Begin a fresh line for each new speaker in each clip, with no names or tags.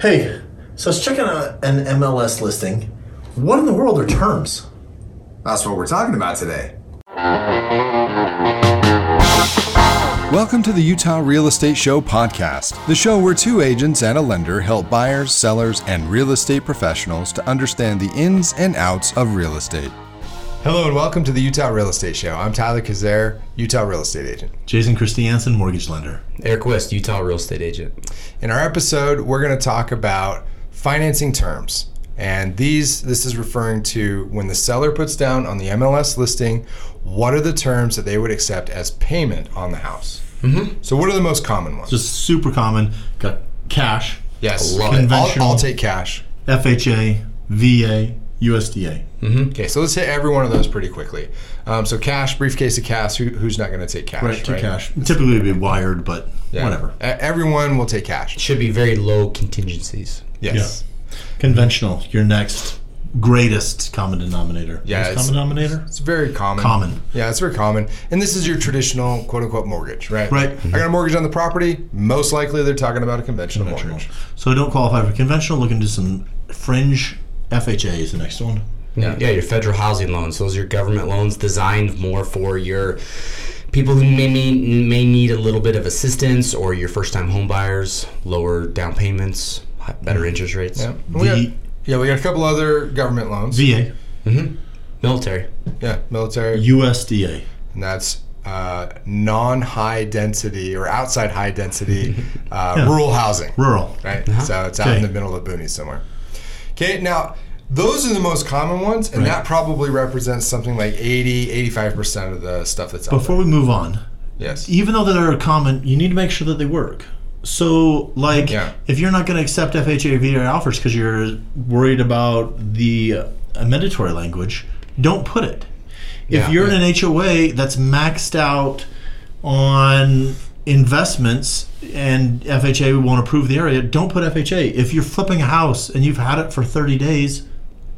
Hey, so I was checking out an MLS listing. What in the world are terms?
That's what we're talking about today.
Welcome to the Utah Real Estate Show podcast, the show where two agents and a lender help buyers, sellers, and real estate professionals to understand the ins and outs of real estate. Hello and welcome to the Utah Real Estate Show. I'm Tyler Kazer, Utah real estate agent.
Jason Christiansen, mortgage lender.
Eric West, Utah real estate agent.
In our episode, we're going to talk about financing terms. And these this is referring to when the seller puts down on the MLS listing, what are the terms that they would accept as payment on the house? Mm-hmm. So what are the most common ones?
Just super common. Got cash,
yes,
love
it.
I'll,
Conventional.
I'll take cash.
FHA, VA, USDA.
Okay, so let's hit every one of those pretty quickly. Um, so cash, briefcase of cash. Who, who's not going to take cash?
Right, two cash. Typically it'd be wired, but
Yeah.
whatever.
E- Everyone will take cash.
Should be very low contingencies.
Yes.
Conventional, your next greatest common denominator.
Yeah,
Greatest
it's-
common denominator?
It's very common.
Common.
Yeah, it's very common. And this is your traditional quote unquote mortgage, right?
Right.
I got a mortgage on the property. Most likely they're talking about a conventional, mortgage.
So I don't qualify for conventional, look into some fringe FHA is the next one.
Yeah. yeah, your federal housing loans. Those are government loans designed more for your people who may, may, may need a little bit of assistance or your first time home buyers, lower down payments, hi- better interest rates.
Yeah. And we
The-
got- yeah, we got a couple other government loans.
VA,
Military.
yeah, military.
USDA.
and that's uh, non high density or outside high density uh, rural housing.
Rural.
right? So it's out
Uh-huh. Okay.
in the middle of the boonies somewhere. Okay, now those are the most common ones, and that probably represents something like 80, 85% of the stuff that's out
Before we move on,
there. Yes.
even though they're common, you need to make sure that they work. So, like,
Yeah.
if you're not going to accept FHA or VA offers because you're worried about the uh, mandatory language, don't put it. if
Yeah.
you're in an HOA that's maxed out on investments and FHA won't approve the area, don't put FHA. If you're flipping a house and you've had it for 30 days,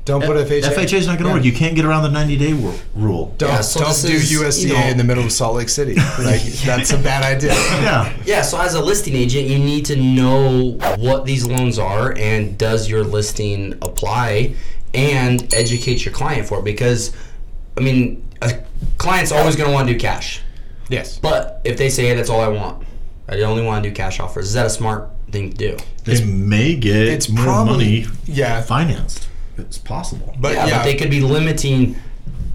Don't put FHA.
FHA is not going to work. You can't get around the 90 day wor- rule.
Don't,
Yeah, so
don't
this
do
is, you
USDA
know-
in the middle of Salt Lake City. Like, That's a bad idea.
Yeah.
Yeah, so as a listing agent, you need to know what these loans are and does your listing apply and educate your client for it because, I mean, a client's always going to want to do cash.
Yes.
But if they say, hey, that's all I want, I only want to do cash offers, is that a smart thing to do?
They may get
It's
more money
probably- Yeah.
financed. It's possible.
But
Uh, Yeah,
yeah,
but they could be limiting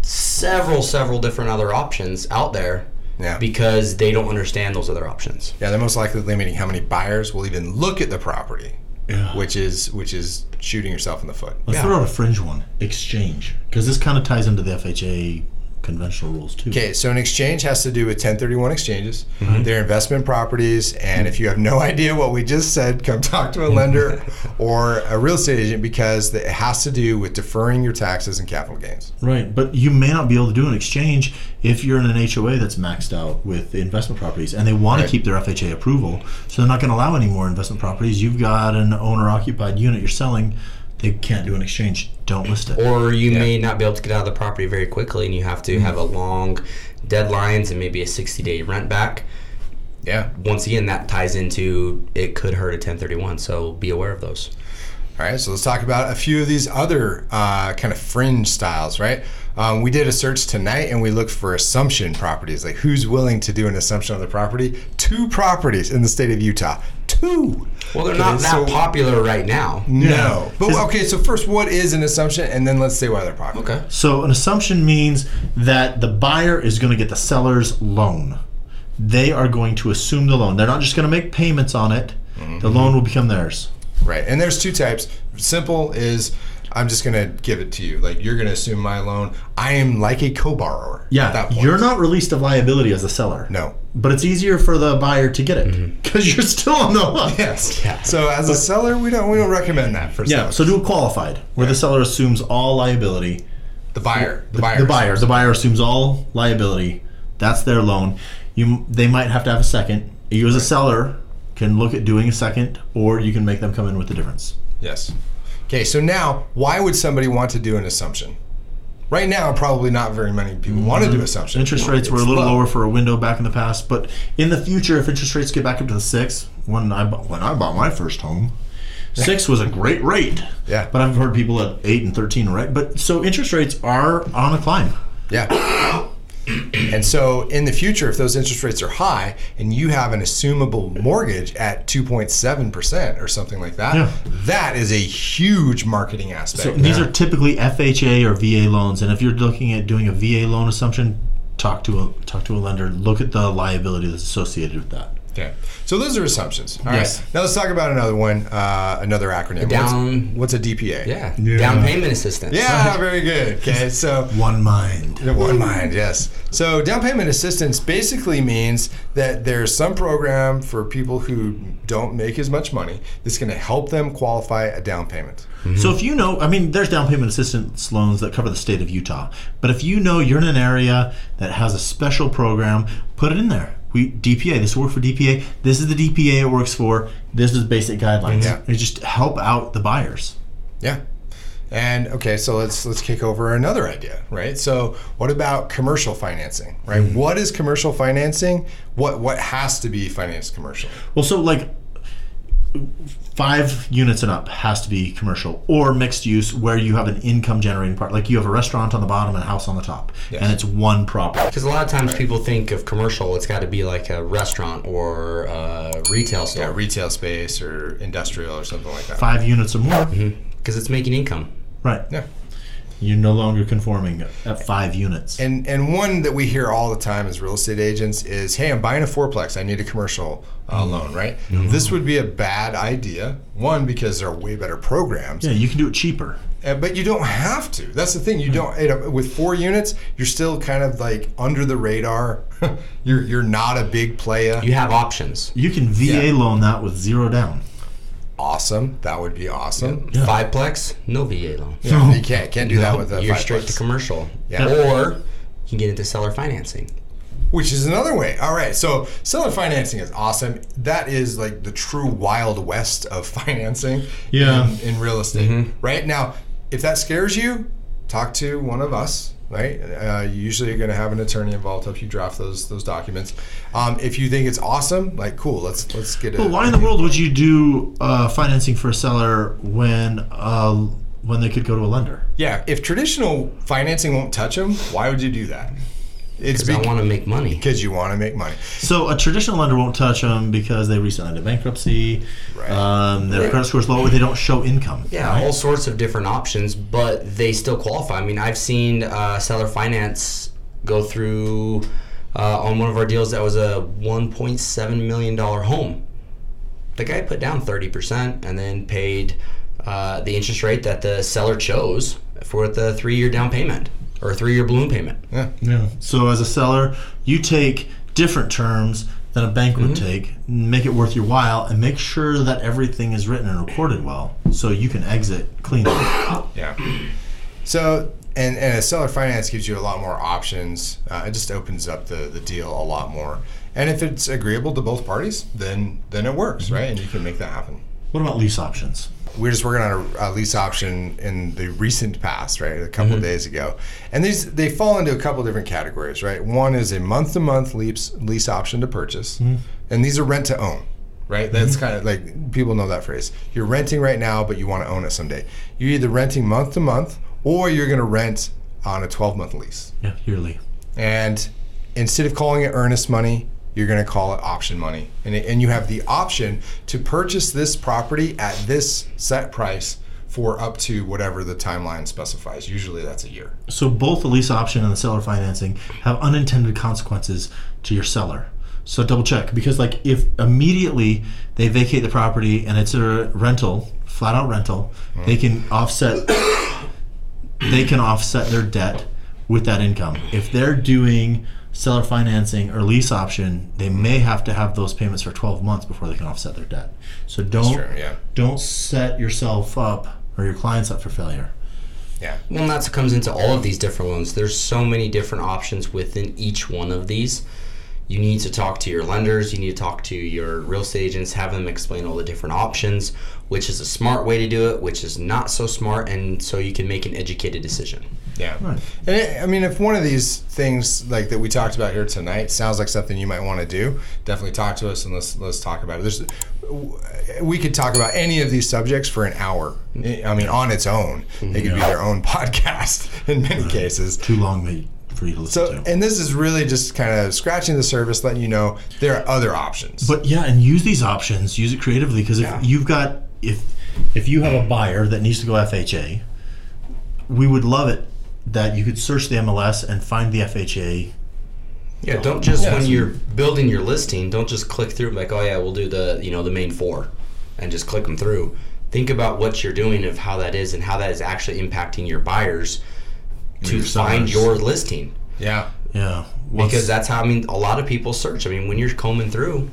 several, several different other options out there
Yeah.
because they don't understand those other options.
yeah, they're most likely limiting how many buyers will even look at the property,
Yeah.
which is which is shooting yourself in the foot.
Let's throw out a fringe one exchange because this kind of ties into the FHA conventional rules too.
Okay, so an exchange has to do with 1031 exchanges. They're investment properties, and if you have no idea what we just said, come talk to a lender or a real estate agent because it has to do with deferring your taxes and capital gains.
Right, but you may not be able to do an exchange if you're in an HOA that's maxed out with the investment properties and they want to keep their FHA approval, so they're not going to allow any more investment properties. You've got an owner occupied unit you're selling, they can't do an exchange. Don't list it.
or you may not be able to get out of the property very quickly and you have to have a long deadlines and maybe a 60 day rent back
Yeah.
once again that ties into it could hurt a 1031 so be aware of those
All right, so let's talk about a few of these other uh, kind of fringe styles, right? Um, we did a search tonight and we looked for assumption properties, like who's willing to do an assumption on the property. Two properties in the state of Utah. Two.
well they're
Okay,
not that
so-
popular right now
No. But
Is-
okay, so first, what is an assumption? And then let's say why they're popular.
okay
So an assumption means that the buyer is going to get the seller's loan. They are going to assume the loan. They're not just going to make payments on it.
Mm-hmm.
The loan will become theirs.
Right. And there's two types. Simple is I'm just going to give it to you. Like, you're going to assume my loan. I am like a co borrower.
Yeah, you're not released of liability as a seller.
No. Mm-hmm.
but it's easier for the buyer to get it because you're still on the hook.
Yes. So as a seller, we don't we don't recommend that for
Yeah,
sellers.
so do a qualified where the seller assumes all liability.
the buyer, the, buyer,
The buyer, the buyer assumes all liability. That's their loan. You, they might have to have a second. You as a seller can look at doing a second, or you can make them come in with the difference.
Yes. Okay. So now, why would somebody want to do an assumption? Right now, probably not very many people want to do assumption.
Mm-hmm. Interest rates were a
It's
little
low.
lower for a window back in the past, but in the future, if interest rates get back up to the six, when I bought, when I bought my first home, Six was a great rate.
Yeah.
But I've heard people at eight and thirteen, right? But so interest rates are on a climb.
Yeah. And so in the future, if those interest rates are high and you have an assumable mortgage at 2.7% or something like that,
Yeah.
that is a huge marketing aspect.
So these are typically FHA or VA loans, and if you're looking at doing a VA loan assumption, talk to a talk to a lender. Look at the liability that's associated with that.
okay. So those are assumptions. All right.
Yes.
Now let's talk about another one, uh, another acronym.
Down-
What's, what's a DPA?
Yeah. Down payment assistance.
Yeah, very good. Okay, so
One mind.
Yeah, One mind, yes. So down payment assistance basically means that there's some program for people who don't make as much money that's going to help them qualify a down payment.
Mm-hmm. So if you know, I mean, there's down payment assistance loans that cover the state of Utah, but if you know you're in an area that has a special program, put it in there. We DPA. This works for DPA. This is the DPA it works for. This is basic guidelines.
Yeah.
It just help out the buyers.
Yeah. And okay, so let's let's kick over another idea, right? So what about commercial financing, right? What is commercial financing? What what has to be financed commercially?
Well, so like five units and up has to be commercial or mixed use where you have an income generating part. Like you have a restaurant on the bottom and a house on the top, and it's one property.
Because a lot of times people think of commercial, it's got to be like a restaurant or a retail
Yeah,
store
retail space or industrial or something like that.
Five units or more,
because it's making income.
right?
Mm-hmm. Yeah.
You're no longer conforming at five units.
And and one that we hear all the time as real estate agents is, "Hey, I'm buying a fourplex. I need a commercial uh,
Mm-hmm.
loan, right?" This would be a bad idea. One because there are way better programs,
yeah, you can do it cheaper.
Uh, but you don't have to. That's the thing. You
Mm-hmm.
don't you know, with four units. You're still kind of like under the radar. you're you're not a big player.
You have options.
You can VA
Yeah.
loan that with zero down.
Awesome. That would be awesome.
Fiveplex, no VA loan.
You can't can't do that with a
You're
five
straight
bucks.
to commercial.
Yeah.
Or you can get into seller financing.
which is another way. All right, so seller financing is awesome. That is like the true wild west of financing
Yeah. Mm-hmm.
in, in real estate. Right now, if that scares you, talk to one of us. Right, uh, you usually you're going to have an attorney involved to help you draft those those documents. Um, if you think it's awesome, like cool, let's let's get it.
But why in the world would you do uh, financing for a seller when uh, when they could go to a lender?
Yeah, if traditional financing won't touch them, why would you do that? It's
I
because
want to make money.
you want to make money.
So a traditional lender won't touch them because they recently went into bankruptcy.
Right.
Um, their credit score's low, or they don't show income.
Yeah, all sorts of different options, but they still qualify. I mean, I've seen uh, seller finance go through uh, on one of our deals that was a 1.7 million dollar home. The guy put down 30 percent and then paid uh, the interest rate that the seller chose for the three year down payment or three year balloon payment.
Yeah. So as a seller, you take different terms than a bank would take, make it worth your while, and make sure that everything is written and recorded well, so you can exit cleanly.
Yeah. So, and, and a seller finance gives you a lot more options. Uh, it just opens up the, the deal a lot more. And if it's agreeable to both parties, then then it works, right? And you can make that happen.
what about lease options?
We're just working on a, a lease option in the recent past, right? A couple of days ago, and these they fall into a couple of different categories, right? One is a month-to-month lease lease option to purchase, and these are rent to own, right? That's kind of like people know that phrase. You're renting right now, but you want to own it someday. You're either renting month to month, or you're going to rent on a 12-month lease.
Yeah, yearly.
And instead of calling it earnest money, you're going to call it option money. And, it, and you have the option to purchase this property at this set price for up to whatever the timeline specifies. Usually that's a year.
So both the lease option and the seller financing have unintended consequences to your seller. So double check because like if immediately they vacate the property and it's a rental, flat out rental, they can offset they can offset their debt with that income. If they're doing seller financing or lease option, they may have to have those payments for 12 months before they can offset their debt. So don't
true, yeah.
don't set yourself up or your clients up for failure.
Yeah.
Well, and that's what comes into all of these different ones. There's so many different options within each one of these. You need to talk to your lenders, you need to talk to your real estate agents, have them explain all the different options, which is a smart way to do it, which is not so smart, and so you can make an educated decision.
Yeah.
Right.
And it, I mean, if one of these things like that we talked about here tonight sounds like something you might want to do, definitely talk to us and let's let's talk about it. There's, w- we could talk about any of these subjects for an hour. I I mean, on its own, it could be their own podcast in many cases.
Too long may- for you to listen
So,
to.
and this is really just kind of scratching the surface, letting you know there are other options.
But yeah, and use these options. Use it creatively because if you've got if if you have a buyer that needs to go FHA, we would love it that you could search the MLS and find the FHA.
Yeah, don't just when you're building your listing, don't just click through like, oh yeah, we'll do the you know the main four, and just click them through. Think about what you're doing of how that is and how that is actually impacting your buyers to find
sellers.
your listing
yeah.
Yeah, What's-
because that's how I mean a lot of people search. I mean when you're combing through,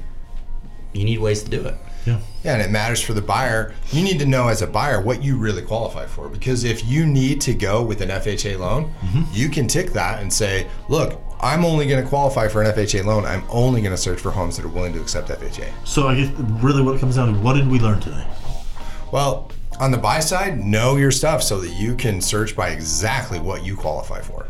you need ways to do it.
yeah,
Yeah, and it matters for the buyer. You need to know as a buyer what you really qualify for because if you need to go with an FHA loan, you can tick that and say, look, I'm only going to qualify for an FHA loan. I'm only going to search for homes that are willing to accept FHA.
so I guess really what it comes down to what did we learn today?
Well, on the buy side, know your stuff so that you can search by exactly what you qualify for.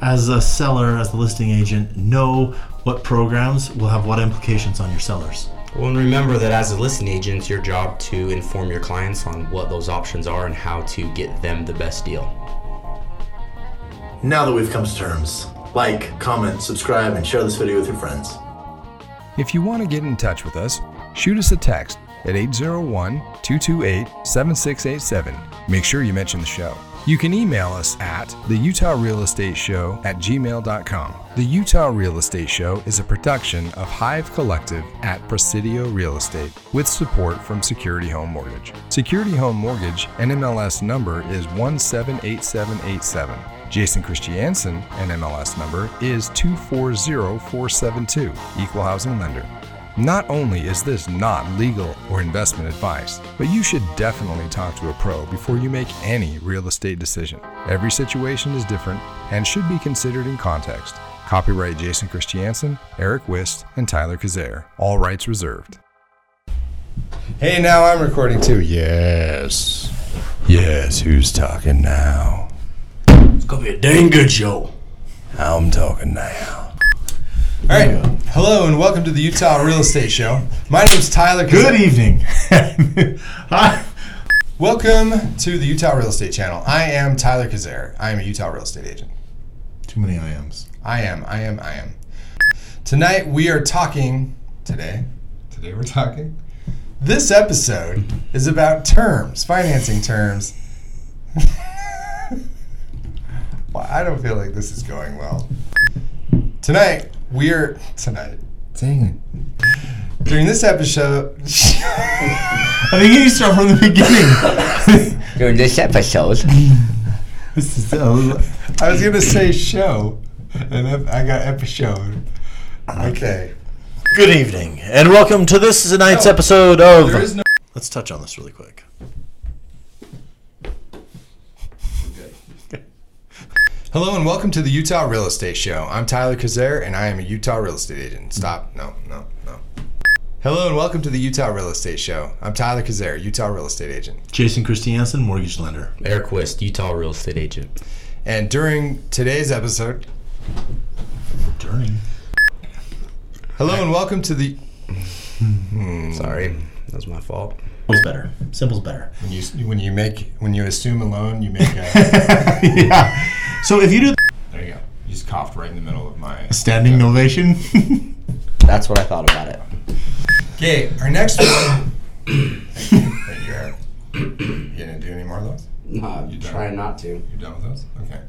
As a seller, as the listing agent, know what programs will have what implications on your sellers.
Well, and remember that as a listing agent, it's your job to inform your clients on what those options are and how to get them the best deal.
Now that we've come to terms, like, comment, subscribe, and share this video with your friends.
If you want to get in touch with us, shoot us a text at 801 228 7687. Make sure you mention the show. You can email us at the Utah Real Estate Show at gmail.com. The Utah Real Estate Show is a production of Hive Collective at Presidio Real Estate with support from Security Home Mortgage. Security Home Mortgage NMLS number is 178787. Jason Christiansen, an MLS number, is 240472, equal housing lender. Not only is this not legal or investment advice, but you should definitely talk to a pro before you make any real estate decision. Every situation is different and should be considered in context. Copyright Jason Christiansen, Eric Wist, and Tyler Kazare. All rights reserved.
Hey, now I'm recording too. Yes. Yes, who's talking now?
It's gonna be a dang good show.
I'm talking now. All right. Hello and welcome to the Utah Real Estate Show. My name's Tyler.
Good
Kazan.
evening. Hi.
Welcome to the Utah Real Estate Channel. I am Tyler Kazare. I am a Utah real estate agent.
Too many Iams.
I am. I am. I am. Tonight we are talking. Today. Today we're talking. This episode is about terms, financing terms. well, I don't feel like this is going well. Tonight we are tonight. Dang it. During this episode,
I think you need to start from the beginning.
During this episode,
this is so,
I was gonna say show, and ep- I got episode. Okay.
Good evening, and welcome to this tonight's episode of.
There is no.
Let's touch on this really quick.
Hello and welcome to the Utah Real Estate Show. I'm Tyler Kazare and I am a Utah real estate agent. Stop. No, no, no. Hello and welcome to the Utah Real Estate Show. I'm Tyler Kazare, Utah real estate agent.
Jason Christiansen, mortgage lender.
Eric West, Utah real estate agent.
And during today's episode,
Turning.
hello and welcome to the.
Sorry, that was my fault.
Simple's better. Simple's better.
When you, when you make when you assume a loan, you make a.
yeah. So if you do
there you go. You just coughed right in the middle of my.
standing ovation,
that's what I thought about it.
Okay, our next one. Thank you, Eric. You gonna do any more of those?
No, I'm
trying
not to.
You done with those? Okay.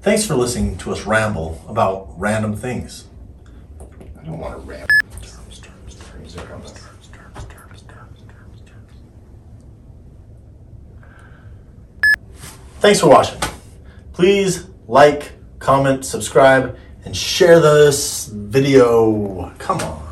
thanks for listening to us ramble about random things.
I don't want to rap. Terms, terms, terms, terms, terms, terms, terms, terms, terms, terms.
Thanks for watching. Please like, comment, subscribe, and share this video. Come on.